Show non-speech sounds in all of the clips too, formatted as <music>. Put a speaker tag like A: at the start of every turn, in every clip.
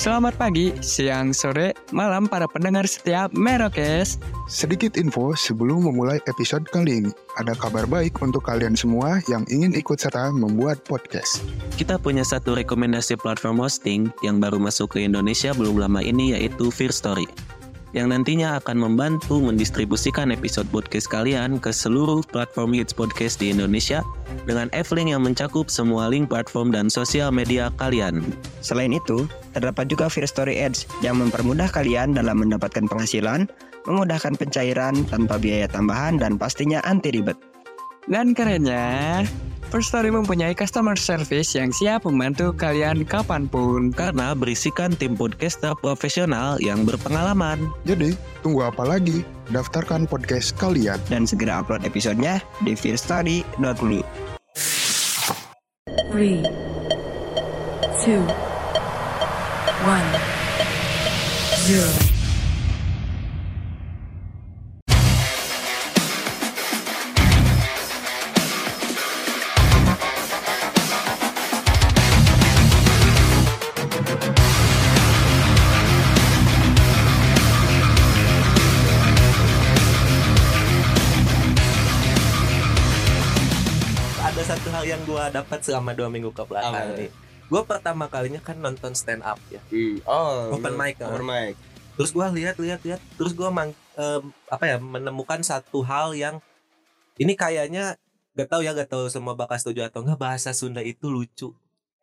A: Selamat pagi, siang, sore, malam para pendengar setiap Merokes.
B: Sedikit info sebelum memulai episode kali ini. Ada kabar baik untuk kalian semua yang ingin ikut serta membuat podcast.
C: Kita punya satu rekomendasi platform hosting yang baru masuk ke Indonesia belum lama ini yaitu Fear Story yang nantinya akan membantu mendistribusikan episode podcast kalian ke seluruh platform hits podcast di Indonesia dengan F-Link yang mencakup semua link platform dan sosial media kalian.
D: Selain itu, terdapat juga Fear Story Ads yang mempermudah kalian dalam mendapatkan penghasilan, memudahkan pencairan tanpa biaya tambahan dan pastinya anti ribet.
A: Dan kerennya, First Story mempunyai customer service yang siap membantu kalian kapanpun.
C: Karena berisikan tim podcaster profesional yang berpengalaman.
B: Jadi, tunggu apa lagi? Daftarkan podcast kalian.
D: Dan segera upload episodenya di fearstory.me.
E: three, two, one, zero.
F: ada satu hal yang gue dapat selama dua minggu ke belakang nih. Gue pertama kalinya kan nonton stand up ya,
G: Oh,
F: open
A: iya.
G: lu-
F: mic. kan.
G: Open mic.
F: Terus gue lihat lihat lihat, terus gue mang em, apa ya menemukan satu hal yang ini kayaknya gak tahu ya gak tahu semua bakal setuju atau enggak bahasa Sunda itu lucu.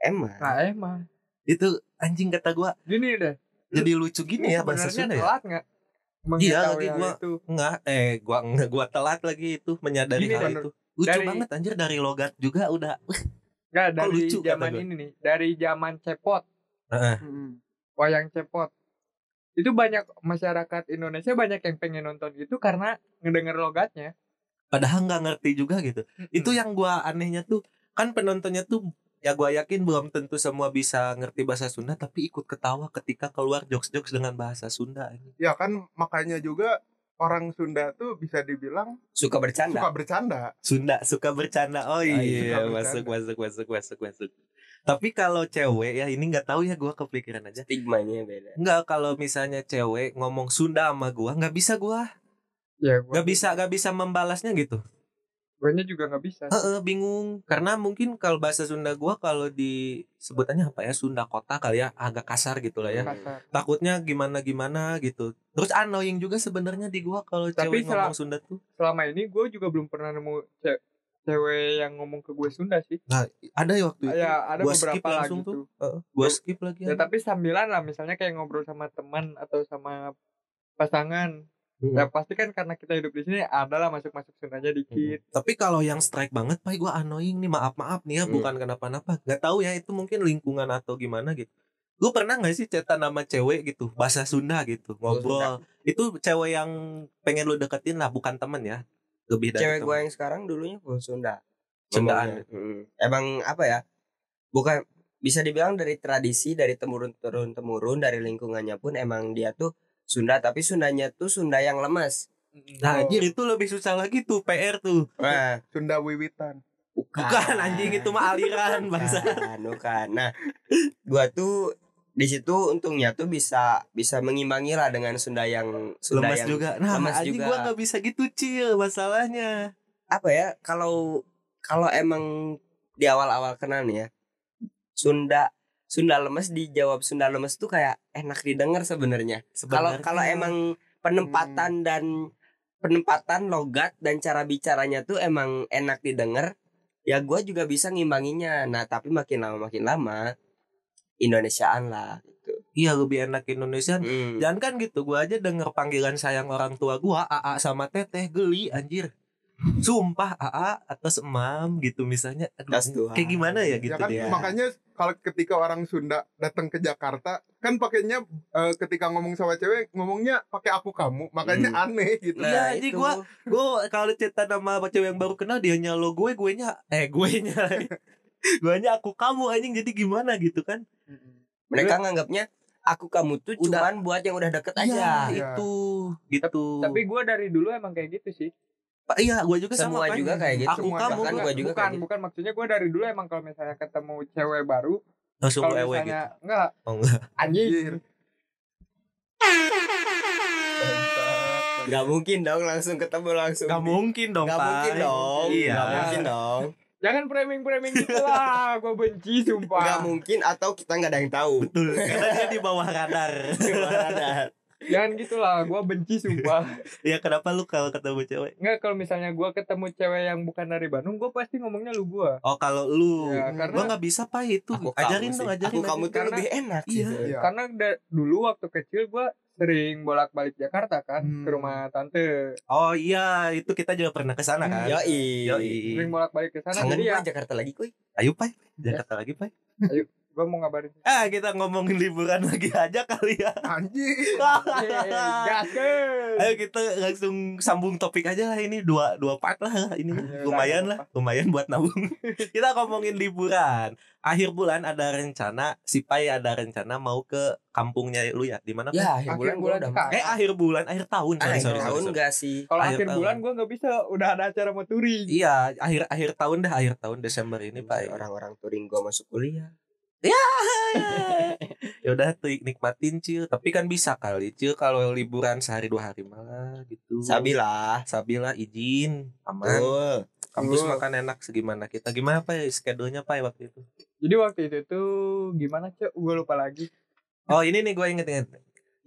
G: Emang.
A: Nah emang,
F: Itu anjing kata gue
A: gini deh,
F: jadi lucu gini
C: Iya,
F: ya bahasa Sunda ya.
A: telat nggak?
F: Iya,
A: mengetahui
F: lagi
A: hal
F: gua-
A: itu.
F: Enggak, eh gua enggak gua telat lagi itu menyadari
A: Gini
F: hal
A: deh,
F: itu. Lucu
A: dari-
F: banget anjir dari logat juga udah.
A: Nggak, dari
F: lucu kata
A: zaman
F: gua?
A: ini nih, dari zaman cepot,
F: Heeh.
A: wayang cepot. Itu banyak masyarakat Indonesia banyak yang pengen nonton itu karena ngedenger logatnya.
F: Padahal nggak ngerti juga gitu. itu yang gua anehnya tuh kan penontonnya tuh ya gua yakin belum tentu semua bisa ngerti bahasa Sunda tapi ikut ketawa ketika keluar jokes-jokes dengan bahasa Sunda ini
H: ya kan makanya juga orang Sunda tuh bisa dibilang
D: Suka bercanda.
H: suka bercanda
F: Sunda suka bercanda oh
H: iya,
F: iya
H: suka
F: masuk masuk masuk masuk masuk tapi kalau cewek ya ini nggak tahu ya gua kepikiran aja
G: Stigmanya beda.
F: nggak kalau misalnya cewek ngomong Sunda sama gua nggak bisa gua
A: Ya, gua,
F: nggak bisa nggak bisa membalasnya gitu
A: guanya juga nggak bisa.
F: Heeh, bingung karena mungkin kalau bahasa Sunda gua kalau disebutannya apa ya Sunda kota kali ya agak kasar gitu lah ya
A: Kasar.
F: takutnya gimana gimana gitu terus annoying juga sebenarnya di gua kalau
A: Tapi
F: cewek ngomong
A: sel-
F: Sunda tuh
A: Selama ini gue juga belum pernah nemu ce- cewek yang ngomong ke gue Sunda sih.
F: ada ya waktu itu
A: Ya ada
F: gua skip
A: beberapa lagi
F: langsung tuh.
A: tuh.
F: Heeh, gua skip lagi
A: Ya tapi sambilan lah misalnya kayak ngobrol sama teman atau sama pasangan.
F: Hmm.
A: Ya pasti kan karena kita hidup di sini adalah masuk-masuk Sundanya dikit.
F: tapi kalau yang strike banget pak gua annoying nih maaf maaf nih ya
G: Hmm.
F: bukan kenapa-napa nggak tahu ya itu mungkin lingkungan atau gimana gitu lu pernah nggak sih cetan sama cewek gitu bahasa Sunda gitu ngobrol itu cewek yang pengen lu deketin lah bukan temen ya lebih dari
G: Cewek
F: temen.
G: gue yang sekarang dulunya full Sunda.
F: Sundaan.
G: Ngomongnya. Mm. Emang apa ya? Bukan bisa dibilang dari tradisi dari temurun turun temurun dari lingkungannya pun emang dia tuh Sunda tapi Sundanya tuh Sunda yang lemas.
A: Oh.
F: nah
A: Gitu.
F: anjir itu lebih susah lagi tuh PR tuh
G: Nah,
H: Sunda wiwitan
G: bukan,
F: bukan anjing itu mah aliran bangsa
G: <laughs> Bukan, bukan. Nah, gua tuh di situ untungnya tuh bisa bisa mengimbangi lah dengan Sunda yang Sunda
F: lemas
G: yang
F: juga. Nah,
G: lemas
F: anjing
G: juga.
F: gua nggak bisa gitu cil masalahnya.
G: apa ya kalau kalau emang di awal-awal kenal nih ya Sunda Sunda lemes dijawab Sunda lemes tuh kayak enak didengar sebenarnya. Kalau
F: Sebenarnya.
G: kalau emang
F: Hmm.
G: penempatan dan penempatan logat dan cara bicaranya tuh emang enak didengar, ya gua juga bisa ngimbanginya. Nah tapi makin lama makin lama Indonesiaan lah gitu.
F: iya lebih enak Indonesia
G: Hmm.
F: jangan kan gitu gua aja denger panggilan sayang orang tua gua AA sama teteh geli anjir sumpah AA atau semam gitu misalnya aduh,
G: Tas Tuhan.
F: kayak gimana ya gitu
H: ya kan
F: dia
H: makanya kalau ketika orang Sunda datang ke Jakarta kan pakainya eh, ketika ngomong sama cewek ngomongnya pakai aku kamu makanya aneh gitu
F: Iya, jadi
G: Nah, itu.
F: gua gue kalau cerita nama cewek yang baru kenal dia nyalo gue gue nya eh gue nya
H: <laughs>
F: gue nya aku kamu anjing jadi gimana gitu kan
G: mereka nganggapnya aku kamu tuh
F: Udah.
G: cuman buat yang udah deket aja.
F: Iya,
H: Iya.
F: itu gitu
A: Tapi gue dari dulu emang kayak gitu sih.
F: Pa- iya gue juga
G: Semua
F: sama Pak.
G: juga kayak gitu.
F: aku
H: Semua
F: kamu
G: bahkan
F: gua
G: gua juga kayak
A: bukan,
G: gitu.
A: bukan maksudnya gue dari dulu emang kalau misalnya ketemu cewek baru,
F: langsung
A: kalau
F: ewe gitu
A: misalnya enggak,
F: oh enggak
A: anjing.
H: Anjir.
G: Gak mungkin dong langsung ketemu langsung.
F: Gak mungkin dong
G: Gak
F: Pak.
G: mungkin dong.
F: iya
G: Gak mungkin dong.
A: Jangan framing-framing gitu
H: <laughs>
A: lah, gue benci sumpah.
G: Gak mungkin atau kita nggak ada yang tahu.
F: betul karena dia di bawah
G: <laughs>
F: radar
A: Jangan gitu lah, gue benci sumpah.
F: ya kenapa lu kalau ketemu cewek
A: Enggak kalau misalnya gue ketemu cewek yang bukan dari Bandung, gue pasti ngomongnya lu gue.
F: oh kalau lu
A: Ya,
H: Hmm.
F: Gua
A: karena
F: nggak bisa pak itu ajarin dong ajarin
G: Aku kamu tuh
A: Karena-
G: lebih enak.
F: Iya.
G: gitu.
H: Iya.
A: karena da- dulu waktu kecil gue sering bolak-balik Jakarta kan
H: Hmm.
A: ke rumah tante.
F: oh iya itu kita juga pernah ke sana kan
G: Yoi.
F: Yoi.
A: Sering bolak-balik ke sana
G: Kangen
A: jadi ya
G: gua Jakarta lagi kuy.
F: ayo pak Jakarta lagi pak
A: gue
F: <laughs>
A: mau ngabarin. Iya,
F: ah kita ngomongin liburan lagi aja kali
H: <laughs>
F: ya
H: Anjir.
A: Yeay, iya, gas, guys.
F: ayo kita langsung sambung topik aja lah ini dua dua part lah ini
A: Iya,
F: lumayan
A: iya,
F: lah lumayan buat nabung kita ngomongin liburan akhir bulan ada rencana si Pai ada rencana mau ke kampungnya lu ya di mana Pai?
G: Ya, akhir bulan
A: Akhir
G: gua
A: bulan
G: udah
A: Kak.
F: eh akhir bulan akhir tahun sorry
G: Akhir
F: sorry, sorry,
G: tahun
F: sorry.
G: gak sih?
A: Kalau
F: Akhir
A: akhir
F: tahun.
A: bulan gue nggak bisa, udah ada acara mau touring.
F: iya akhir akhir tahun dah akhir tahun Desember ini ya.
G: Ini
F: Pai
G: orang-orang touring gua masuk kuliah.
F: ya udah tuh nikmatin cil tapi kan bisa kali cil kalau liburan sehari dua hari malah gitu
G: Sabilah.
F: sabila izin aman
G: Tuh.
F: kampus
G: Iya. Hmm.
H: Betul.
F: makan enak segimana kita gimana pak skedulnya pak ya, waktu itu
A: Jadi waktu itu tuh gimana cek? Gue lupa lagi.
F: oh ini nih gue inget-inget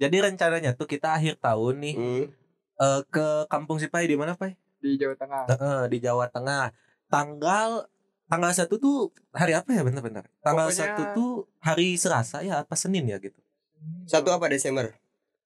F: jadi rencananya tuh kita akhir tahun nih
G: Hmm.
F: eh, ke kampung si Pai di mana Pai?
A: di Jawa Tengah.
F: Eh, di Jawa Tengah. Tanggal tanggal satu tuh hari apa ya bener-bener? Tanggal
A: Pokoknya-
F: satu tuh hari Selasa ya apa Senin ya gitu.
G: Satu apa Desember?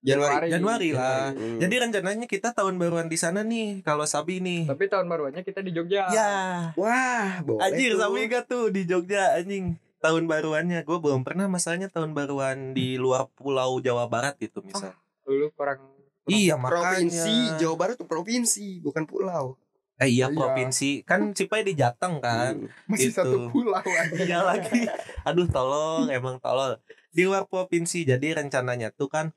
G: Januari.
A: Iya,
F: Januari lah.
G: Hmm.
F: Jadi rencananya kita tahun baruan di sana nih kalau Sabi nih.
A: Tapi tahun baruannya kita di Jogja.
F: Ya,
G: wah, boleh.
F: anjir
G: tuh.
F: Sabi gak tuh di Jogja anjing. Tahun baruannya gue belum pernah masalahnya tahun baruan di luar pulau Jawa Barat gitu misal.
A: Dulu kurang
F: iya makanya.
G: Provinsi Jawa Barat tuh provinsi, bukan pulau.
F: Eh iya
H: Iya.
F: provinsi. Kan Cipai di Jateng kan.
G: Hmm.
H: Masih
F: Itu.
H: satu pulau anjir.
F: Iya lagi. Aduh tolong emang tolol. Di luar provinsi jadi rencananya tuh kan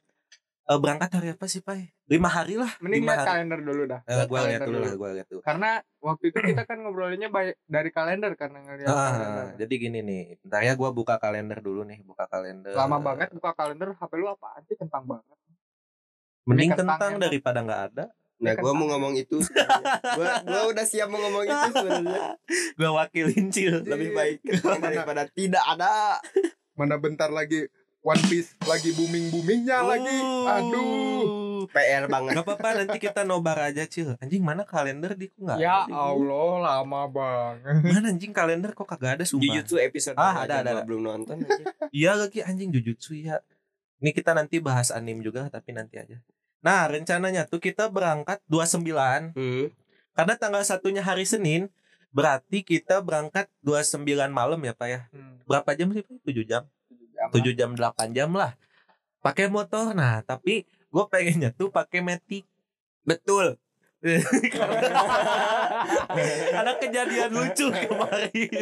F: eh, berangkat hari apa sih Pai? Lima hari lah.
A: mending
F: Lima
A: lihat
F: hari.
A: kalender dulu dah.
F: Eh, gua lihat
A: kalender
F: dulu lah, gua lihat dulu.
A: Karena waktu itu kita kan ngobrolinnya baik dari kalender karena ngeliat Ya, kalender.
F: Ah, jadi gini nih, bentar ya gua buka kalender dulu nih, buka kalender.
A: Lama banget buka kalender, HP lu apaan sih kentang banget.
F: Mending
A: Ini kentang
F: kentang
A: enak.
F: daripada nggak ada.
G: Nah, gua mau ngomong itu. sebenarnya. gua gua udah siap mau ngomong itu sebenarnya.
F: gua wakilin Cil.
G: Lebih
H: Iya.
G: baik daripada tidak ada.
H: Mana bentar lagi One Piece lagi booming-boomingnya lagi.
F: Oh.
H: Aduh.
G: PR banget.
F: Gak Uh. apa-apa nanti kita nobar aja Cil Anjing mana kalender di ku gak
A: Ya Allah, lama banget.
F: Mana anjing kalender kok kagak ada sumpah
G: Jujutsu episode
F: Ah,
G: mana
F: ada,
G: aja
F: ada,
G: gua
F: ada.
G: belum nonton aja.
F: Iya lagi anjing Jujutsu ya. Ini kita nanti bahas anime juga tapi nanti aja. Nah, rencananya tuh kita berangkat 29
G: Hmm.
F: karena tanggal satunya hari Senin, berarti kita berangkat 29 malam ya, Pak ya.
A: Hmm.
F: Berapa jam sih, Pak? 7 jam.
A: Aman.
F: 7 jam 8 jam lah. Pakai motor. Nah, tapi gue pengennya tuh pakai Matic.
G: Betul.
F: <laughs> ada kejadian lucu kemarin.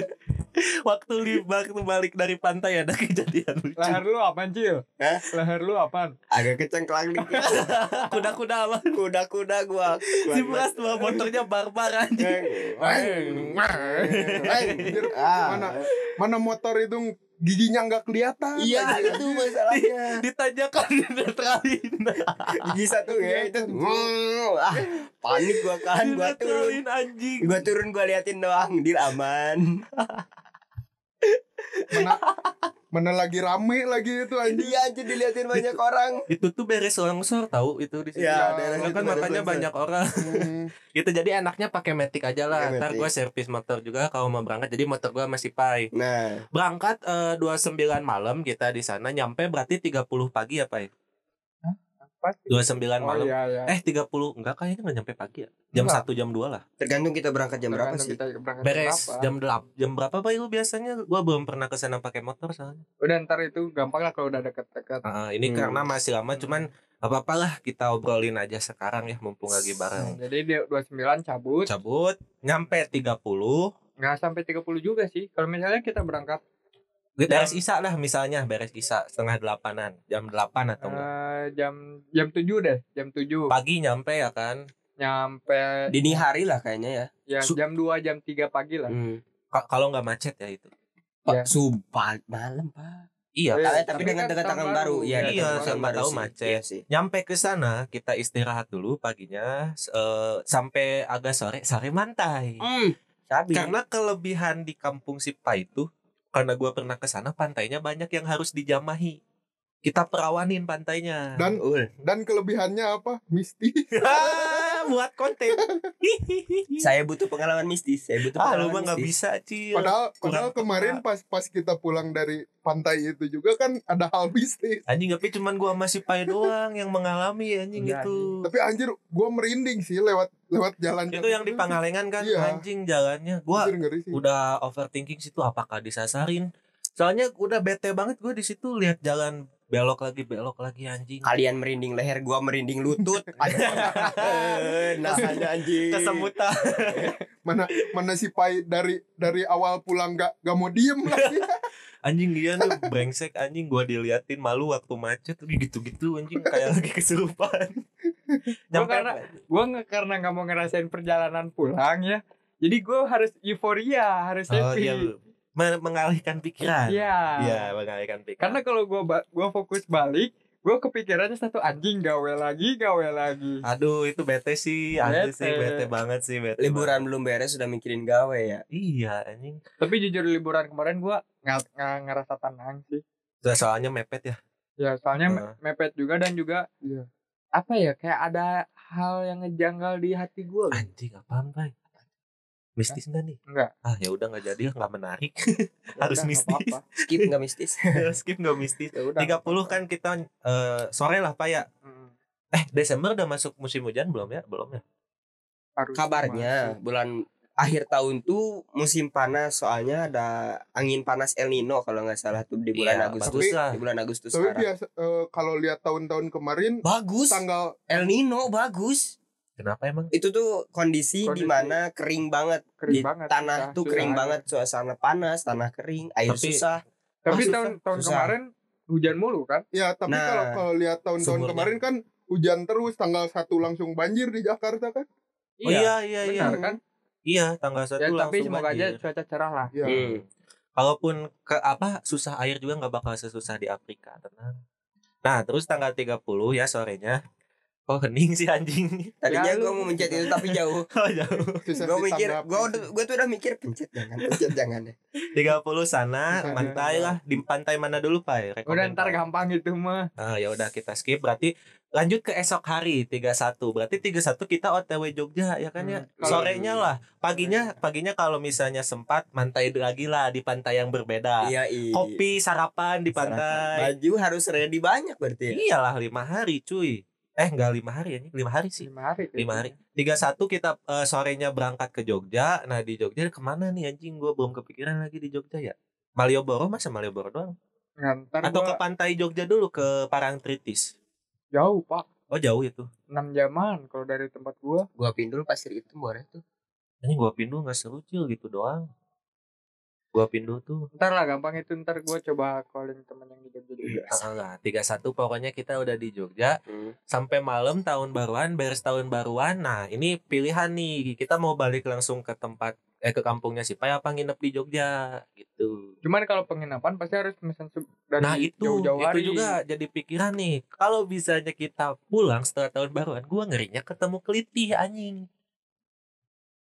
F: Waktu libak balik dari pantai ada kejadian lucu.
A: Leher lu apaan, Cil?
G: Hah?
A: Leher lu apaan?
G: Agak kecengklang dikit.
F: Kuda-kuda apa?
G: Kuda-kuda gua.
F: si Pras bawa motornya barbar anjing.
H: Weng, Anjir,
G: Ah.
H: Mana mana motor itu giginya nggak kelihatan.
G: Iya, itu masalahnya.
F: Ditanyakan di netralin.
G: Gigi satu ya
H: Iya,
G: itu. Wow, Ah, panik gua
F: Di
G: kan, gua turun.
F: netralin anjing.
G: Gua turun gua liatin doang, deal aman.
H: mana mana lagi rame lagi
F: Iya,
H: itu anjing
G: Dia aja diliatin banyak orang.
F: itu tuh beres longsor tahu itu di situ.
H: Ya,
G: Ya, daerah
F: Nah,
G: situ
F: kan
G: beres
F: makanya
G: longsor.
F: banyak orang
H: Hmm.
F: gitu jadi enaknya pakai metik aja lah
G: Pakai
F: ntar
G: Matic.
F: gue servis motor juga kalau mau berangkat jadi motor gue masih pai
G: Nah,
F: berangkat eh, 29 malam kita di sana nyampe berarti 30 pagi ya pai
A: Pasti.
F: 29
A: Oh
F: malam
A: iya iya.
F: eh 30 enggak kayaknya nggak nyampe pagi ya jam
A: Enggak.
F: satu jam 2 lah
G: tergantung kita berangkat jam berapa
A: Tergantung
G: sih?
A: Kita berangkat
F: beres
A: berapa.
F: jam 8 jam berapa pai lu biasanya gue belum pernah ke sana pakai motor soalnya
A: Udah ntar itu gampang lah kalau udah deket-deket.
F: Ah, ini
G: Hmm.
F: karena masih lama cuman apa apalah kita obrolin aja sekarang ya mumpung lagi bareng
A: Jadi dia 29 cabut.
F: cabut nyampe 30
A: Nggak sampai 30 juga sih. Kalau misalnya kita berangkat
F: beres isa lah misalnya beres isa setengah delapanan jam delapan atau enggak
A: eh, jam jam 7 deh, jam 7.
F: pagi nyampe ya kan
A: Nyampe
G: Dini hari lah kayaknya ya.
A: ya
F: Su-
A: jam 2, jam 3 pagi lah.
G: Hmm.
F: Ka- kalau nggak macet ya itu
G: Pak
A: Ya.
G: sumpah malam pak.
F: iya
A: Eh,
G: Tapi
A: tapi
G: tapi
A: kan
G: dengan dekat
A: tahun
G: tahun
A: baru.
G: baru,
A: Iya,
G: dekat
F: iya,
G: tahun
F: siapa tahu
G: sih.
F: macet.
G: Iya sih.
F: nyampe ke sana kita istirahat dulu paginya s- eh, sampai agak sore sore mantai
G: Hmm,
F: Oh,
G: sabi.
F: karena kelebihan di kampung Sipa itu karena gua pernah ke sana pantainya banyak yang harus dijamahi kita perawanin pantainya
H: dan
G: Ul.
H: dan kelebihannya apa mistis
F: <laughs> Ah, buat <laughs> konten
G: Saya butuh pengalaman mistis. Saya butuh
F: ah
G: pengalaman
F: lu mah nggak
G: mistis.
F: bisa cil
H: padahal padahal
F: kurang
H: kemarin pas pas kita pulang dari pantai itu juga kan ada hal mistis
F: anjing tapi cuman gua masih pai doang yang mengalami Iya, anjing gitu.
A: Enggak,
F: itu
H: tapi anjir gua merinding sih lewat lewat jalan
F: itu yang di Pangalengan kan
H: Iya.
F: anjing jalannya gua
H: Anjir, ngeri sih
A: Iya.
F: udah overthinking situ apakah disasarin soalnya udah bete banget gue di situ lihat jalan belok lagi belok lagi anjing
G: Kalian merinding leher, gua merinding lutut. Aduh, Nasanya anjing.
F: kesemutan
H: mana mana si pai dari dari awal pulang gak gak mau diem
F: <laughs>
H: lagi
F: anjing dia tuh brengsek anjing gua diliatin malu waktu macet gitu gitu anjing kayak lagi kesurupan
A: <laughs> Gua karena- Gue nggak karena nggak mau ngerasain perjalanan pulang ya. Jadi gue harus euforia, harus
F: oh,
A: happy.
F: iya, me- mengalihkan pikiran
A: Iya.
F: Iya, mengalihkan pikiran
A: Karena kalau gue gua fokus balik, gue kepikirannya satu anjing gawe lagi, gawe lagi.
F: aduh itu bete sih asli
A: Bete.
F: sih bete banget sih bete banget.
G: Liburan belum beres sudah mikirin gawe ya.
F: iya anjing
A: Tapi jujur liburan kemarin gue nggak nggak ngerasa tenang sih.
F: soalnya mepet ya
A: Ya soalnya me-
F: Heeh.
A: mepet juga dan juga
H: Iya.
A: apa ya kayak ada hal yang ngejanggal di hati gitu. gue.
F: anjing apaan Bay? mistis nggak nih
A: Enggak.
F: ah ya udah nggak jadi nggak menarik harus mistis <laughs>
G: Skip nggak mistis. <laughs>
F: skip nggak <laughs> mistis
A: Ya udah.
F: 30 kan kita eh, sore lah pak ya
A: Mm,
F: eh Desember udah masuk musim hujan belum ya belum ya
A: harus
G: Kabarnya bulan akhir tahun tuh musim panas soalnya ada angin panas El Nino kalau nggak salah tuh di bulan
F: Iya,
G: Agustus.
F: bagus lah.
G: Di bulan Agustus
H: tapi
G: sekarang.
H: biasa eh, kalau lihat tahun-tahun kemarin
G: Bagus.
H: tanggal
G: El Nino bagus.
F: kenapa emang
G: Itu tuh kondisi,
A: Kondisi.
G: di mana kering banget.
A: Kering
G: Di
A: banget, susah,
G: Tanah tuh
A: susah
G: kering
A: air.
G: banget, suasana panas, tanah kering, air
F: Tapi-
G: susah.
A: Tapi
F: Oh,
G: Susah,
A: tahun tahun
G: susah.
A: kemarin hujan mulu kan?
H: ya tapi
G: Nah,
H: kalau kalau lihat tahun-tahun
F: sumurnya.
H: kemarin kan hujan terus tanggal satu langsung banjir di Jakarta kan
F: Oh, iya iya iya
A: Benar kan?
F: iya tanggal satu
A: Ya, tapi
F: langsung iya.
A: semoga aja
F: banjir.
A: cuaca cerah lah.
H: ya
G: Hmm.
F: kalaupun ke apa susah air juga nggak bakal sesusah di Afrika tenang nah terus tanggal 30 ya sorenya Oh hening sih anjing
G: Tadinya
A: Ya,
G: gue
A: lu-
G: mau mencet itu
A: <laughs>
G: tapi
F: Oh
G: jauh.
F: jauh
H: susah
G: gue mikir,
H: ditanggapi
G: gue
H: sih.
G: gue tuh udah mikir pencet jangan, pencet jangan
F: Ah,
G: deh.
F: 30 sana
H: Bisa,
F: pantai
H: ya.
F: lah Di pantai mana dulu Pak
A: Udah ntar gampang itu mah.
F: Ah, ya udah kita skip berarti lanjut ke esok hari 31. Berarti 31 kita OTW Jogja ya kan ya.
A: Hmm, kalau-
F: Sorenya lah. Paginya paginya kalau misalnya sempat mantai lagi lah di pantai yang berbeda.
G: Iya iya.
F: Kopi sarapan di pantai. Iya,
G: Baju harus ready banyak berarti. Ya?
A: iya.
F: Iyalah lima hari cuy. Eh enggak lima hari ya, lima hari sih.
A: Lima hari.
F: Lima hari. 31 kita eh, sorenya berangkat ke Jogja. Nah di Jogja kemana nih anjing? Gue belum kepikiran lagi di Jogja ya. Malioboro masa Malioboro doang?
A: Nah, ntar
F: Atau ke
A: gua
F: pantai Jogja dulu ke Parangtritis?
A: jauh pak.
F: Oh jauh itu.
A: 6 jaman kalau dari tempat gua.
G: Gue pindul pasir itu boleh tuh.
F: ini gua pindu nggak seru cil gitu doang gua pindu tuh
A: Ntar lah gampang itu ntar gua coba calling temen yang di Jogja
G: Iya,
A: juga.
F: enggak tiga satu pokoknya kita udah di Jogja sampai malam tahun baruan beres tahun baruan nah ini pilihan nih kita mau balik langsung ke tempat eh ke kampungnya si Pai apa nginep di Jogja gitu
A: Cuman kalau penginapan pasti harus mesen sub- dari
F: nah itu
A: Kan jauh-jauh
F: itu
A: hari.
F: juga jadi pikiran nih kalau bisanya kita pulang setelah tahun baruan gua ngerinya ketemu kelitih anjing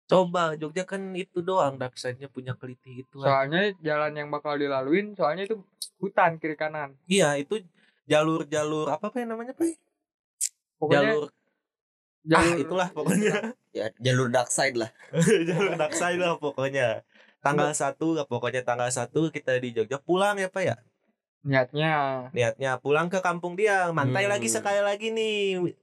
F: Coba Jogja kan itu doang dark side-nya punya kelitih itu.
A: Soalnya jalan yang bakal dilaluin soalnya itu hutan kiri kanan.
F: Iya, itu jalur-jalur apa Pak, namanya, Pak?
A: Pokoknya
F: Jalur ah,
A: jalur
F: <laughs> itulah pokoknya.
G: ya jalur dark side lah
F: jalur dark side lah pokoknya. Tanggal satu lah pokoknya tanggal satu kita di Jogja pulang ya Pak ya.
A: niatnya
F: Niatnya pulang ke kampung dia, mantai
G: Hmm.
F: lagi sekali lagi nih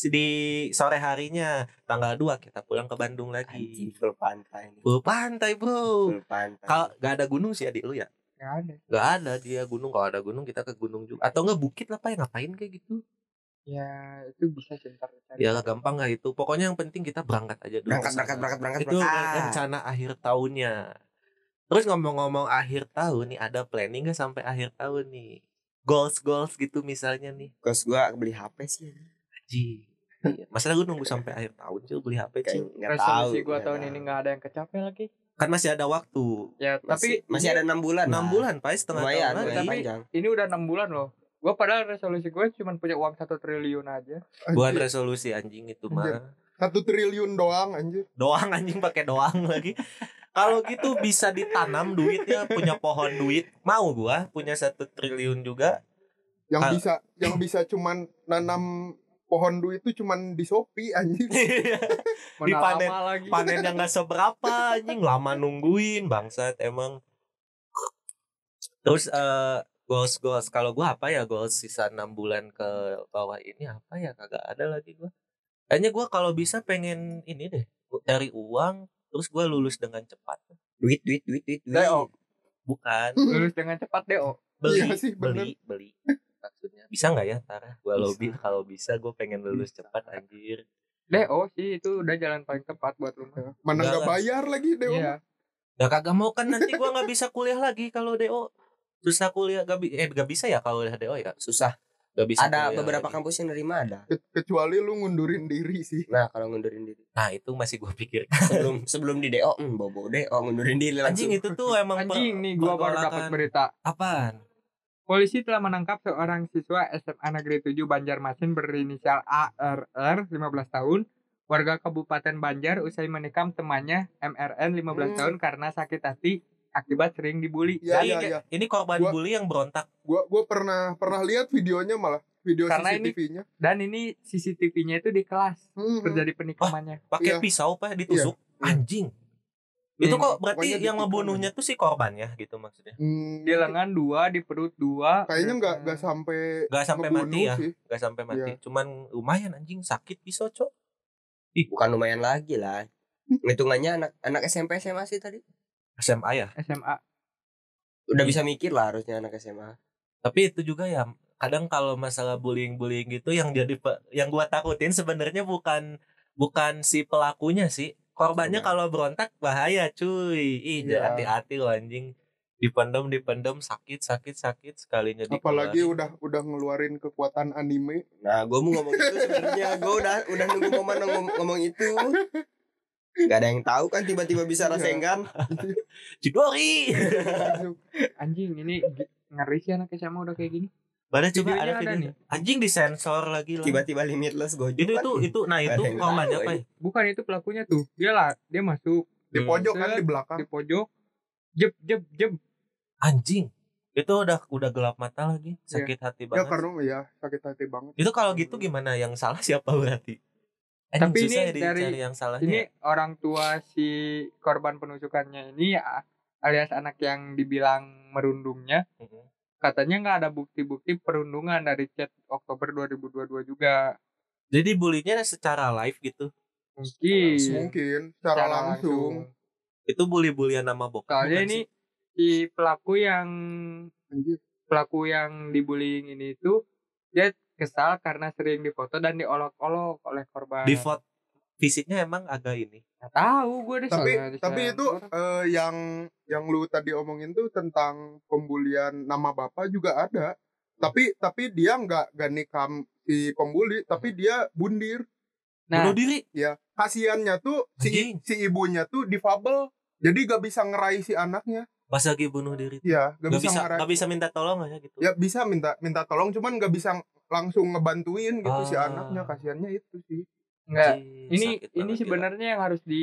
F: di sore harinya tanggal 2 kita pulang ke Bandung
G: anjing
F: lagi.
G: full pantai nih
F: Bro, pantai, Bro.
G: full pantai
F: Kalau nggak ada gunung sih adik lu ya.
A: nggak ada.
F: Gak ada dia gunung kalau ada gunung kita ke gunung juga atau nggak bukit lah pak ngapain kayak gitu
A: Ya itu bisa sebentar cari.
F: ya gampang nggak itu pokoknya yang penting kita berangkat aja dulu
G: berangkat berangkat berangkat berangkat
F: itu
G: berangkat.
F: rencana akhir tahunnya terus ngomong-ngomong akhir tahun nih ada planning nggak sampai akhir tahun nih goals goals gitu misalnya nih
G: Ah, kos gua beli HP sih
F: ji masalah gue nunggu sampai akhir tahun cil beli HP
G: kayak
F: cil
G: nggak tahu
A: Resolusi gua
G: nggak
F: Ya.
A: tahun
G: tahu.
A: ini nggak ada yang kecapai lagi.
F: kan masih ada waktu
A: Ya
G: masih,
A: tapi
G: masih ada enam bulan
F: enam
G: lah.
F: bulan pak setengah
G: Nah, lumayan
F: tahun
G: lumayan
F: lagi
G: panjang
A: ini udah enam bulan loh. Gua padahal resolusi gue cuma punya uang satu triliun aja.
F: buat resolusi anjing itu mah
H: Satu triliun doang anjir.
F: doang anjing pakai doang lagi kalau gitu bisa ditanam duitnya punya pohon duit mau gua punya satu triliun juga
H: Yang
F: Al-
H: bisa yang bisa cuman nanam pohon duit itu cuman di Shopee anjir.
A: Mana
F: Iya. Di panen-
A: lama lagi.
F: panennya nggak seberapa anjing lama nungguin bangsat emang terus eh goals goals kalau gua apa ya goals sisa enam bulan ke bawah ini apa ya kagak ada lagi gua hanya gua kalau bisa pengen ini deh cari uang terus gua lulus dengan cepat
G: duit duit duit duit duit
A: Deo.
F: bukan
A: Lulus dengan cepat deh, oh.
F: beli
H: Iya sih,
F: beli beli maksudnya bisa nggak ya Tara gue lobby kalau bisa gue pengen lulus cepat anjir
A: Deh, oh sih itu udah jalan paling tepat buat lu.
F: Enggak
H: Mana nggak
F: lah.
H: bayar lagi deh. Om.
A: Iya.
F: ya kagak mau kan nanti gue nggak bisa kuliah lagi kalau do susah kuliah gak, bi- eh gak bisa ya kalau udah do ya
G: susah
F: gak bisa
G: ada
F: kuliah
G: beberapa
F: lagi.
G: kampus yang nerima ada
H: Ke- Kecuali lu ngundurin diri sih.
G: nah kalau ngundurin
F: <laughs>
G: diri
F: nah itu masih gue pikir
G: sebelum sebelum di DO hmm, bobo DO ngundurin diri
F: anjing
G: langsung
F: itu tuh emang per-
A: Anjing nih gua baru dapat
F: pergolakan.
A: berita.
F: apaan
A: Polisi telah menangkap seorang siswa SMA Negeri 7 Banjarmasin berinisial ARR 15 tahun warga Kabupaten Banjar usai menikam temannya MRN 15
H: Hmm.
A: tahun karena sakit hati akibat sering dibully.
F: Ini
H: Iya iya
F: kayak-
H: iya.
F: ini korban
H: Gua-
F: bully yang berontak
H: Gua gua pernah pernah lihat videonya malah video
A: Karena ini-
H: CCTV-nya.
A: Dan ini CCTV-nya itu di kelas
H: Hmm, hmm.
A: terjadi penikamannya.
F: pakai
H: Iya.
F: pisau pak ditusuk
H: Iya.
F: anjing itu
A: Hmm.
F: kok berarti
H: Pokoknya
F: yang
H: ditikam
F: ngebunuhnya tuh si korbannya gitu maksudnya
H: Hmm,
A: Di lengan dua, di perut dua.
H: Kayaknya nggak
A: Hmm.
H: nggak sampai
F: Nggak sampai
H: ngebunuh
F: mati ya?
H: sih.
F: gak sampai mati cuman lumayan anjing sakit pisau cok
G: bukan lumayan lagi lah hitungannya anak anak SMP SMA sih tadi
F: SMA ya
A: SMA.
H: <laughs>
G: udah bisa mikir lah harusnya anak SMA
F: tapi itu juga ya kadang kalau masalah bullying bullying gitu yang jadi pe- yang gua takutin sebenarnya bukan bukan si pelakunya sih korbannya
G: Korban.
F: kalau berontak bahaya cuy ih
H: Iya.
F: hati-hati loh anjing dipendam dipendam sakit sakit sakit sekalinya
H: Apalagi
F: dikeluarin.
H: udah udah ngeluarin kekuatan anime.
G: nah gue mau ngomong itu sebenarnya gue udah udah nunggu momen ngomong, ngomong itu Gak ada yang tahu kan tiba-tiba bisa
H: Iya.
G: rasengan
H: <laughs>
F: Chidori
A: Anjing ini gi- ngeri sih anak SMA udah kayak gini.
F: padahal coba
A: Videonya
F: ada,
A: ada
F: videonya. anjing disensor lagi lah
G: tiba-tiba limitless kan? gue
F: itu itu itu nah itu
G: Ada yang
F: korbannya
G: tahu
F: apa ya?
A: Bukan itu pelakunya tuh. Dia lah, dia masuk
H: Di
F: Hmm.
H: pojok kan di
A: di
H: belakang.
A: pojok. Jeb jeb jeb.
F: anjing itu udah udah gelap mata lagi sakit hati
H: Ya
F: banget
H: karena ya sakit hati banget.
F: Itu kalau gitu gimana yang salah <laughs> siapa berarti?
A: Tapi
F: Anjing,
A: ini
F: susah ya dicari
A: dari-
F: yang ya. salahnya.
A: Ini orang tua si korban penusukannya ini ya, alias anak yang dibilang merundungnya
F: Mm-mm.
A: katanya nggak ada bukti-bukti perundungan dari chat Oktober 2022 juga
F: Jadi bulinya secara live gitu.
A: mungkin
H: Mungkin secara langsung.
F: Itu bully-bulian nama bokap. bukan
A: soalnya ini
F: sih?
A: si pelaku yang
H: Anjir.
A: pelaku yang dibullying ini itu dia kesal karena sering difoto dan diolok-olok oleh korban
F: di vote fisiknya emang agak ini.
A: Nggak tahu gue deh
H: Tapi
A: soalnya di
H: tapi
A: sana.
H: itu eh, yang yang lu tadi omongin tuh tentang pembulian nama bapak juga ada. Tapi tapi dia nggak nggak nikam si pembuli, tapi dia bundir.
A: nah
F: Bunuh diri.
H: Kasiannya tuh si
F: Anjing.
H: si ibunya tuh difabel. Jadi gak bisa ngeraih si anaknya.
F: Pas lagi bunuh diri.
H: Iya, gak,
F: Gak,
H: bisa,
F: bisa,
H: ngeraih.
F: gak bisa minta tolong aja gitu.
H: Ya bisa minta minta tolong cuman gak bisa langsung ngebantuin gitu si
F: Ah.
H: anaknya. Kasiannya itu sih.
A: nggak
F: Anjing,
A: ini
F: sakit
A: ini
F: banget, gila.
A: sebenarnya yang harus di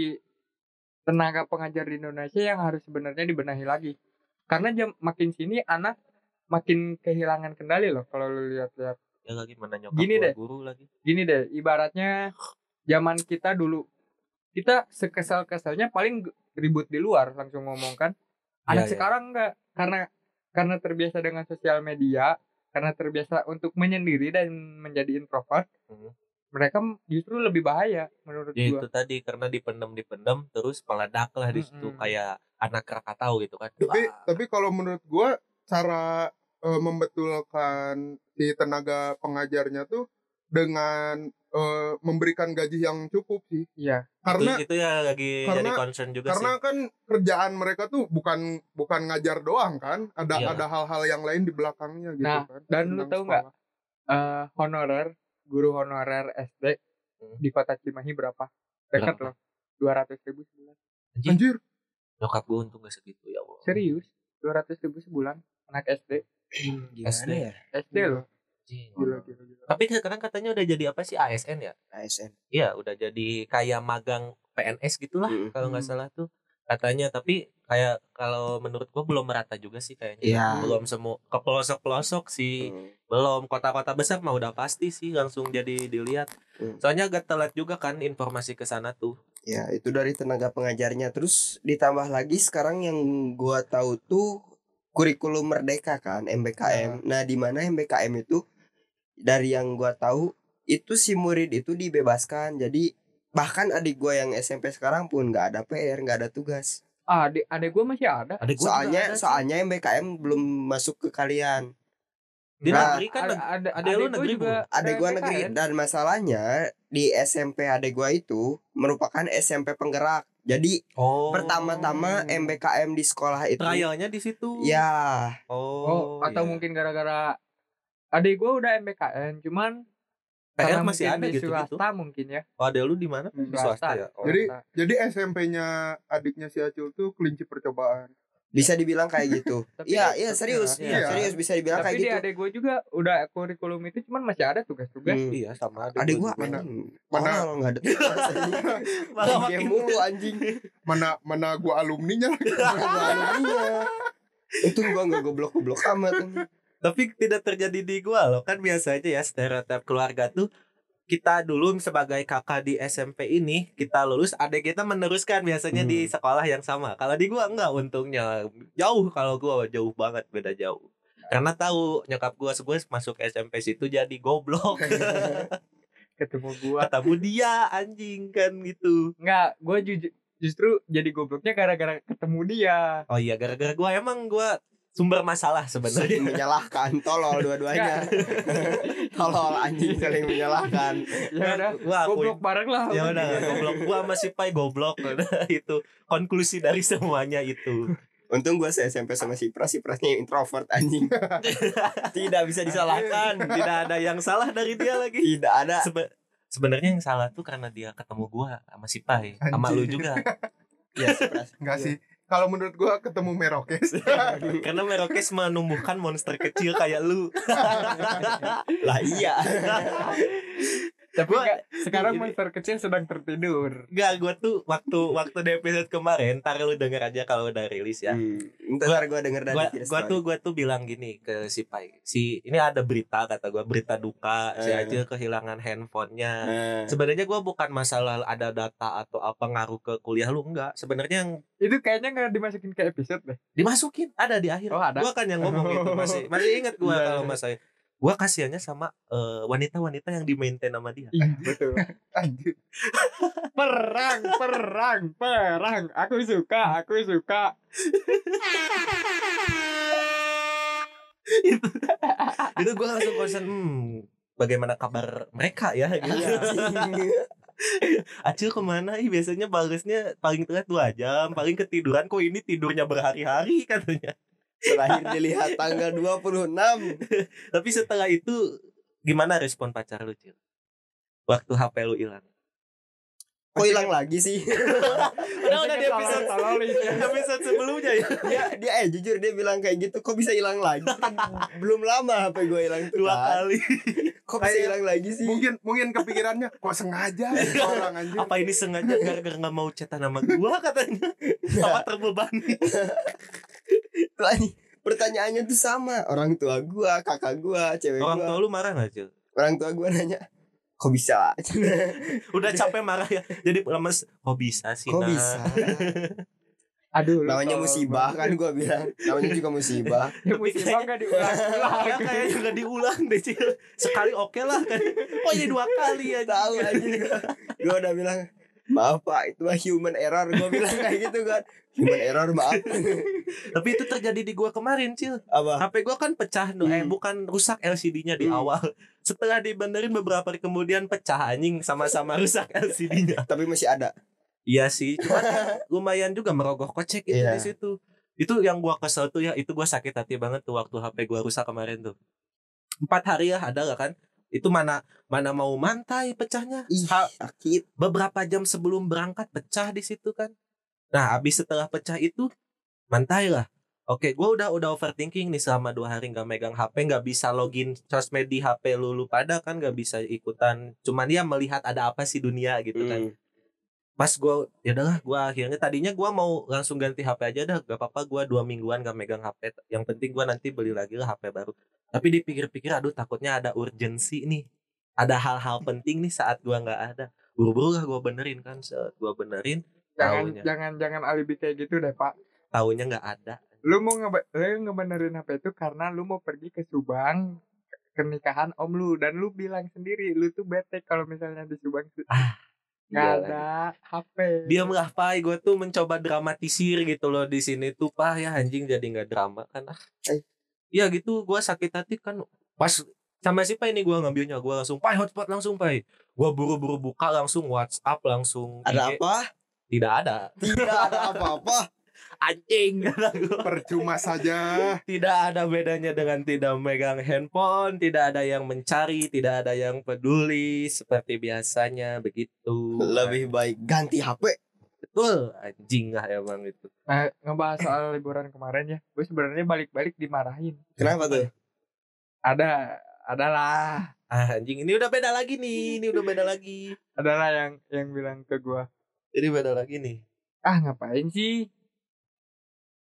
A: tenaga pengajar di Indonesia yang harus sebenarnya dibenahi lagi. Karena jam makin sini anak makin kehilangan kendali loh kalau lu lihat-lihat.
F: ya lagi mana nyokap
A: Gini
F: gua
A: deh.
F: guru lagi
A: Gini deh, ibaratnya zaman kita dulu kita sekesal-kesalnya paling g- ribut di luar langsung ngomong kan.
F: Iya,
A: Anak
F: iya.
A: sekarang enggak karena karena terbiasa dengan sosial media, karena terbiasa untuk menyendiri dan menjadi introvert.
F: Mhm.
A: Mereka justru lebih bahaya menurut
F: ya itu
A: gua.
F: tadi karena dipendem dipendem terus meledak lah di situ
A: Mm-mm.
F: kayak anak Krakatau gitu kan
H: tapi
F: Wah.
H: tapi kalau menurut gua cara eh, membetulkan si tenaga pengajarnya tuh dengan eh, memberikan gaji yang cukup sih
A: Iya.
H: karena
F: itu, itu ya lagi jadi
H: karena-
F: concern juga
H: karena
F: sih
H: kan kerjaan mereka tuh bukan bukan ngajar doang kan ada
F: Iya.
H: ada hal-hal yang lain di belakangnya gitu
A: Nah,
H: kan
A: dan lu
H: tentang
A: tahu
H: sekolah.
A: eh honorer guru honorer SD
F: Hmm.
A: di kota Cimahi berapa? Dekat
F: Berapa? Oh.
A: loh, dua ratus ribu sebulan.
F: Anjing,
H: anjir
F: nyokap gue untung gak segitu ya Allah
A: Serius, dua ratus ribu sebulan anak SD,
F: SD
G: Gimana ya?
A: SD loh.
F: anjing.
H: gila, gila, gila.
F: tapi sekarang katanya udah jadi apa sih ASN ya
G: ASN.
F: Iya udah jadi kayak magang PNS gitulah
G: Mm.
F: kalau nggak
H: Hmm.
F: salah tuh katanya tapi kayak kalau menurut gua belum merata juga sih kayaknya
G: Iya.
F: belum semua ke pelosok pelosok sih
G: Mm.
F: belum kota-kota besar mah udah pasti sih langsung jadi dilihat
G: Hmm.
F: soalnya agak telat juga kan informasi ke sana tuh
G: Ya, itu dari tenaga pengajarnya. Terus ditambah lagi sekarang yang gua tahu tuh kurikulum merdeka kan, MBKM. Nah, di mana MBKM itu dari yang gua tahu itu si murid itu dibebaskan. Jadi bahkan adik gua yang SMP sekarang pun nggak ada PR, nggak ada tugas.
A: Ah, adik adik gue masih ada.
F: ada
G: Soalnya soalnya MBKM belum masuk ke kalian.
F: di
G: Nah,
F: negeri kan neg-
A: ada,
F: adik lu negeri,
G: Ada gua
A: PPKN.
G: negeri dan masalahnya di SMP adik gua itu merupakan SMP penggerak. Jadi
F: oh
G: pertama-tama MBKM di sekolah itu
F: trialnya di situ
G: ya
F: oh,
A: Oh, atau
F: iya.
A: mungkin gara-gara adik gue udah MBKN, cuman
F: PR
A: karena
F: masih
A: mungkin
F: ada
A: di
F: gitu gitu
A: swasta mungkin ya.
F: oh, ada lu di mana
A: Di
F: di swasta
A: Hmm, swasta.
F: ya oh.
H: jadi jadi SMP-nya adiknya si Acil tuh kelinci percobaan
G: bisa dibilang kayak gitu
A: Tapi
G: iya
A: dia-
G: iya serius
F: Iya.
G: serius bisa dibilang
A: Tapi
G: kayak
A: di
G: gitu
A: adik gue juga udah kurikulum itu cuman masih ada tugas-tugas.
G: Hmm.
F: iya sama
G: Adik
F: gua juga.
G: gua
H: Mana-
G: anjing.
H: mana-
G: Tolol, nggak ada tugas, anjing.
F: <laughs> Malah
G: Game
F: makin-
G: mulu anjing
H: mana mana gua alumninya lagi
G: Gua alumninya. Untung gua nggak goblok-goblok amat anjing.
F: tapi tidak terjadi di gua loh kan biasanya ya stereotip keluarga tuh kita dulu sebagai kakak di SMP ini kita lulus adik kita meneruskan biasanya di sekolah yang sama kalau di gua enggak untungnya jauh kalau gua jauh banget beda jauh karena tahu nyokap gua sebenarnya masuk SMP situ jadi goblok <laughs>
A: Ketemu gue.
F: ketemu dia anjing kan gitu
A: Enggak, gue justru jadi gobloknya gara-gara ketemu dia.
F: oh iya gara-gara gua emang gua sumber masalah
G: saling
F: sebenarnya
G: menyalahkan tolol dua-duanya <laughs> tolol anjing saling menyalahkan
F: Iya.
A: Ya udah,
F: gua akuin
A: goblok bareng lah.
C: Iya.
F: ya udah goblok gua masih pai goblok <laughs> Udah, itu konklusi dari semuanya itu
G: untung gua se SMP sama si Pras si Prasnya introvert anjing
F: <laughs>
G: tidak bisa disalahkan
F: tidak ada yang salah dari dia lagi
G: tidak ada
F: Sebe- sebenarnya yang salah tuh karena dia ketemu gua sama si pai sama lu juga Iya,
G: ya si Pras
A: Iya.
H: enggak sih kalau menurut gua ketemu Merokes
F: karena Merokes menumbuhkan monster kecil kayak <laughs> lu
G: lah iya
A: Tapi
F: Gua-
A: enggak, sekarang
F: ini-
A: monster kecil sedang tertidur.
F: Gak, gua tuh waktu waktu di episode kemarin Ntar lu denger aja kalau udah rilis ya
G: Hmm, ntar gue denger dari
F: gua,
G: Kira
F: gua
G: Story.
F: tuh gua tuh bilang gini ke si Pai si ini ada berita kata gua berita duka si
G: Eh.
F: Acil kehilangan handphonenya
G: Eh,
F: sebenarnya gua bukan masalah ada data atau apa ngaruh ke kuliah lu enggak sebenarnya yang
A: Itu kayaknya enggak dimasukin ke episode deh.
F: dimasukin ada di akhir
A: Oh, ada?
F: gua kan yang ngomong itu
G: <laughs>
F: masih masih ingat gua
A: Iya,
F: kalau
A: iya.
F: mas saya gua kasihannya sama eh, wanita-wanita yang di maintain sama dia
A: Iya,
G: <laughs>
A: betul.
H: anjir
A: Perang, perang, perang. Aku suka, aku suka.
F: itu gua langsung concern hmm, bagaimana kabar mereka ya
G: Iya.
F: gitu. Acil kemana? Ih, biasanya balesnya paling telat dua jam, paling ketiduran. Kok ini tidurnya berhari-hari katanya.
G: terakhir dilihat tanggal 26
F: Tapi setelah itu gimana respon pacar lu, Cil? Waktu HP lu hilang.
G: Kok hilang lagi
F: <laughs>
G: sih?
F: Udah udah di episode
A: tolol itu.
F: episode sebelumnya ya.
G: dia dia eh jujur dia bilang kayak gitu. Kok bisa hilang
F: <laughs>
G: lagi? Kan belum lama HP gue hilang tuh.
F: Dua
G: kan.
F: kali.
G: Kok bisa
H: Kayak-
G: hilang lagi sih?
H: mungkin mungkin kepikirannya kok sengaja ya orang anjir
F: Apa ini sengaja gara-gara nggak mau cetak nama gua katanya?
G: Iya.
F: Apa terbebani?
G: Tuh, anjing. Pertanyaannya tuh sama. Orang tua gua, kakak gua, cewek
F: Orang
G: gua.
F: tua lu marah nggak Cil?
G: Orang tua gua nanya, "Kok
F: <laughs>
G: bisa?"
F: Udah capek marah ya. Jadi lemes. Kok bisa sih?
G: Kok
F: Nak?"
G: bisa?
A: Aduh. lu
G: Namanya
A: tolol
G: musibah
A: banget.
G: kan gua bilang. Namanya juga <laughs> musibah.
A: Ya musibah enggak diulang-ulang.
F: Kayaknya kayak juga diulang deh Cil. Sekali oke lah kan. Oh jadi dua kali ya.
G: tahu aja gua. Gua udah bilang maaf pak itu mah human error gua bilang kayak gitu kan human error
F: <laughs>
G: maaf
F: Tapi itu terjadi di gua kemarin Cil.
G: apa
F: HP gua kan pecah no, eh
G: Hmm.
F: bukan rusak LCD-nya di
G: Hmm.
F: awal. <laughs> Setelah dibenerin beberapa hari kemudian pecah anjing sama-sama rusak <laughs> LCD-nya.
G: tapi masih ada
F: Iya sih, cuman kan
G: <laughs>
F: lumayan juga merogoh kocek itu
G: Iya.
F: di situ. Itu yang gua kesel tuh ya, itu gua sakit hati banget tuh waktu HP gua rusak kemarin tuh. Empat hari ya ada gak kan? Itu mana mana mau mantai pecahnya.
G: ih
F: Ha-
G: sakit
F: beberapa jam sebelum berangkat pecah di situ kan. Nah, habis setelah pecah itu mantai lah. Oke, gua udah udah overthinking nih selama dua hari nggak megang HP, nggak bisa login sosmed di HP lulu pada kan nggak bisa ikutan. Cuman ya melihat ada apa sih dunia gitu kan
G: Hmm.
F: pas gua ya udahlah gue akhirnya tadinya gua mau langsung ganti HP aja dah gak apa-apa gua dua mingguan gak megang HP yang penting gua nanti beli lagi lah HP baru tapi dipikir-pikir aduh takutnya ada urgensi nih ada hal-hal penting nih saat gua nggak ada buru-buru lah gua benerin kan saat gua benerin
A: Jangan
F: Taunya.
A: jangan jangan alibi kayak gitu deh, Pak.
F: taunya nggak ada
A: Lu mau ngebe- lu ngebenerin HP itu karena lu mau pergi ke Subang ke nikahan om lu dan lu bilang sendiri lu tuh bete kalau misalnya di Subang tuh
F: Ah,
A: nggak
F: iya
A: ada HP.
F: diam lah pai gue tuh mencoba dramatisir gitu loh di sini tuh pah ya anjing jadi nggak drama kan ah
G: Eh.
F: ya gitu gua sakit hati kan pas sama si pai ini gua ngambilnya gua langsung pai hotspot langsung pai gua buru-buru buka langsung WhatsApp langsung
G: ada
F: IG.
G: apa
F: tidak ada
G: tidak ada apa-apa
F: anjing <laughs> kata gua.
H: percuma saja
G: Ah.
F: tidak ada bedanya dengan tidak megang handphone tidak ada yang mencari tidak ada yang peduli seperti biasanya begitu
G: lebih baik ganti HP
F: betul anjing lah emang itu
A: Nah, ngebahas soal liburan kemarin ya. Gue sebenarnya balik-balik dimarahin.
G: kenapa tuh
A: Ada adalah
F: Ah, anjing ini udah beda lagi nih, ini udah
A: <laughs>
F: beda lagi.
A: adalah yang yang bilang ke gua
F: Ini beda lagi nih.
A: ah ngapain sih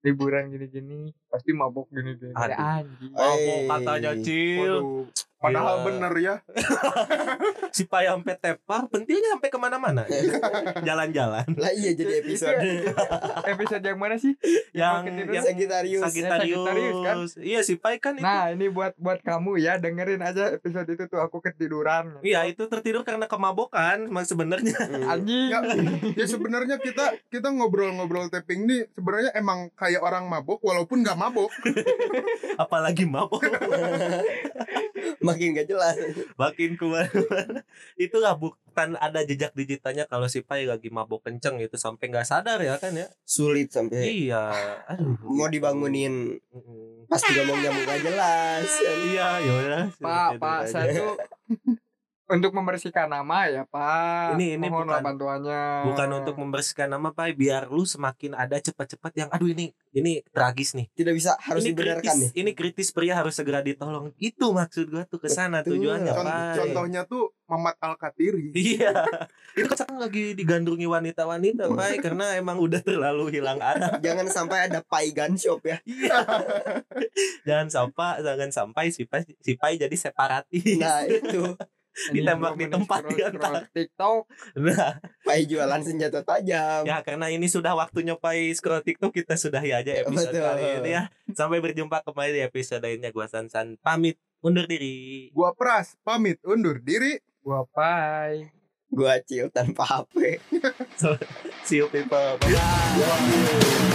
A: liburan gini-gini pasti mabok gini-gini
F: Aduh.
A: anjing
F: Oh,
G: Eh.
F: katanya Cil.
H: waduh padahal
F: Gila.
H: bener ya
F: Si Pai sampai tepar, pentilnya sampai <laughs> kemana-mana. Jalan-jalan.
G: lah iya jadi episode
A: Ya, episode yang mana sih
F: <laughs> yang
A: ketiduran.
F: yang
G: Sagittarius
F: Sagittarius.
A: Sagittarius, kan?
F: Iya si Pai kan itu.
A: nah ini buat buat kamu ya dengerin aja episode itu tuh aku ketiduran
F: Iya itu tertidur karena kemabukan Mas sebenarnya. <laughs>
A: anjing
H: Nggak, ya sebenarnya kita kita ngobrol-ngobrol tapping nih sebenarnya emang kayak orang mabok walaupun nggak mabok
F: Apalagi mabok <laughs>
G: <laughs> makin gak jelas
F: makin kemana-mana. <laughs> Itulah bukan ada jejak digitalnya kalau si Pai lagi mabok kenceng itu sampai nggak sadar ya kan ya.
G: sulit sampai
F: Iya. Aduh.
G: mau
F: gitu.
G: dibangunin
F: Mm-mm.
G: pasti ngomongnya mau gak jelas
F: Iya, ya udah. gitu
A: pak pak saya tuh untuk membersihkan nama ya pak
F: Ini- ini
A: mohon
F: bukan-
A: bantuannya
F: bukan untuk membersihkan nama Pak, biar lu semakin ada cepat-cepat yang aduh ini ini tragis nih.
G: tidak bisa harus
F: ini
G: dibenarkan ya. nih
F: kritis, ini kritis pria harus segera ditolong. Itu maksud gua tuh ke sana
G: Betul.
F: tujuannya,
H: Con-
F: Pak.
H: contohnya tuh Mamat Alkatiri
F: Iya. Itu kan lagi digandrungi wanita-wanita, Pak, karena emang udah terlalu hilang arah.
G: jangan sampai ada pai gun shop ya <laughs>
F: Iya. jangan sampai jangan sampai si Pai, si Pai jadi separatis.
G: nah itu
A: Anjing,
F: ditembak
A: gua
F: di
A: mending
F: tempat
A: scroll-
F: diantar.
A: scroll tiktok
F: Nah,
G: pai jualan senjata tajam
F: Ya karena ini sudah waktunya Pai scroll TikTok kita sudahi aja episode
G: Betul.
F: kali ini ya. Sampai berjumpa kembali di episode lainnya gua Sansan pamit undur diri.
H: gua Pras pamit undur diri
A: gua pai
G: gua cil tanpa HP
F: See you people. Bye bye.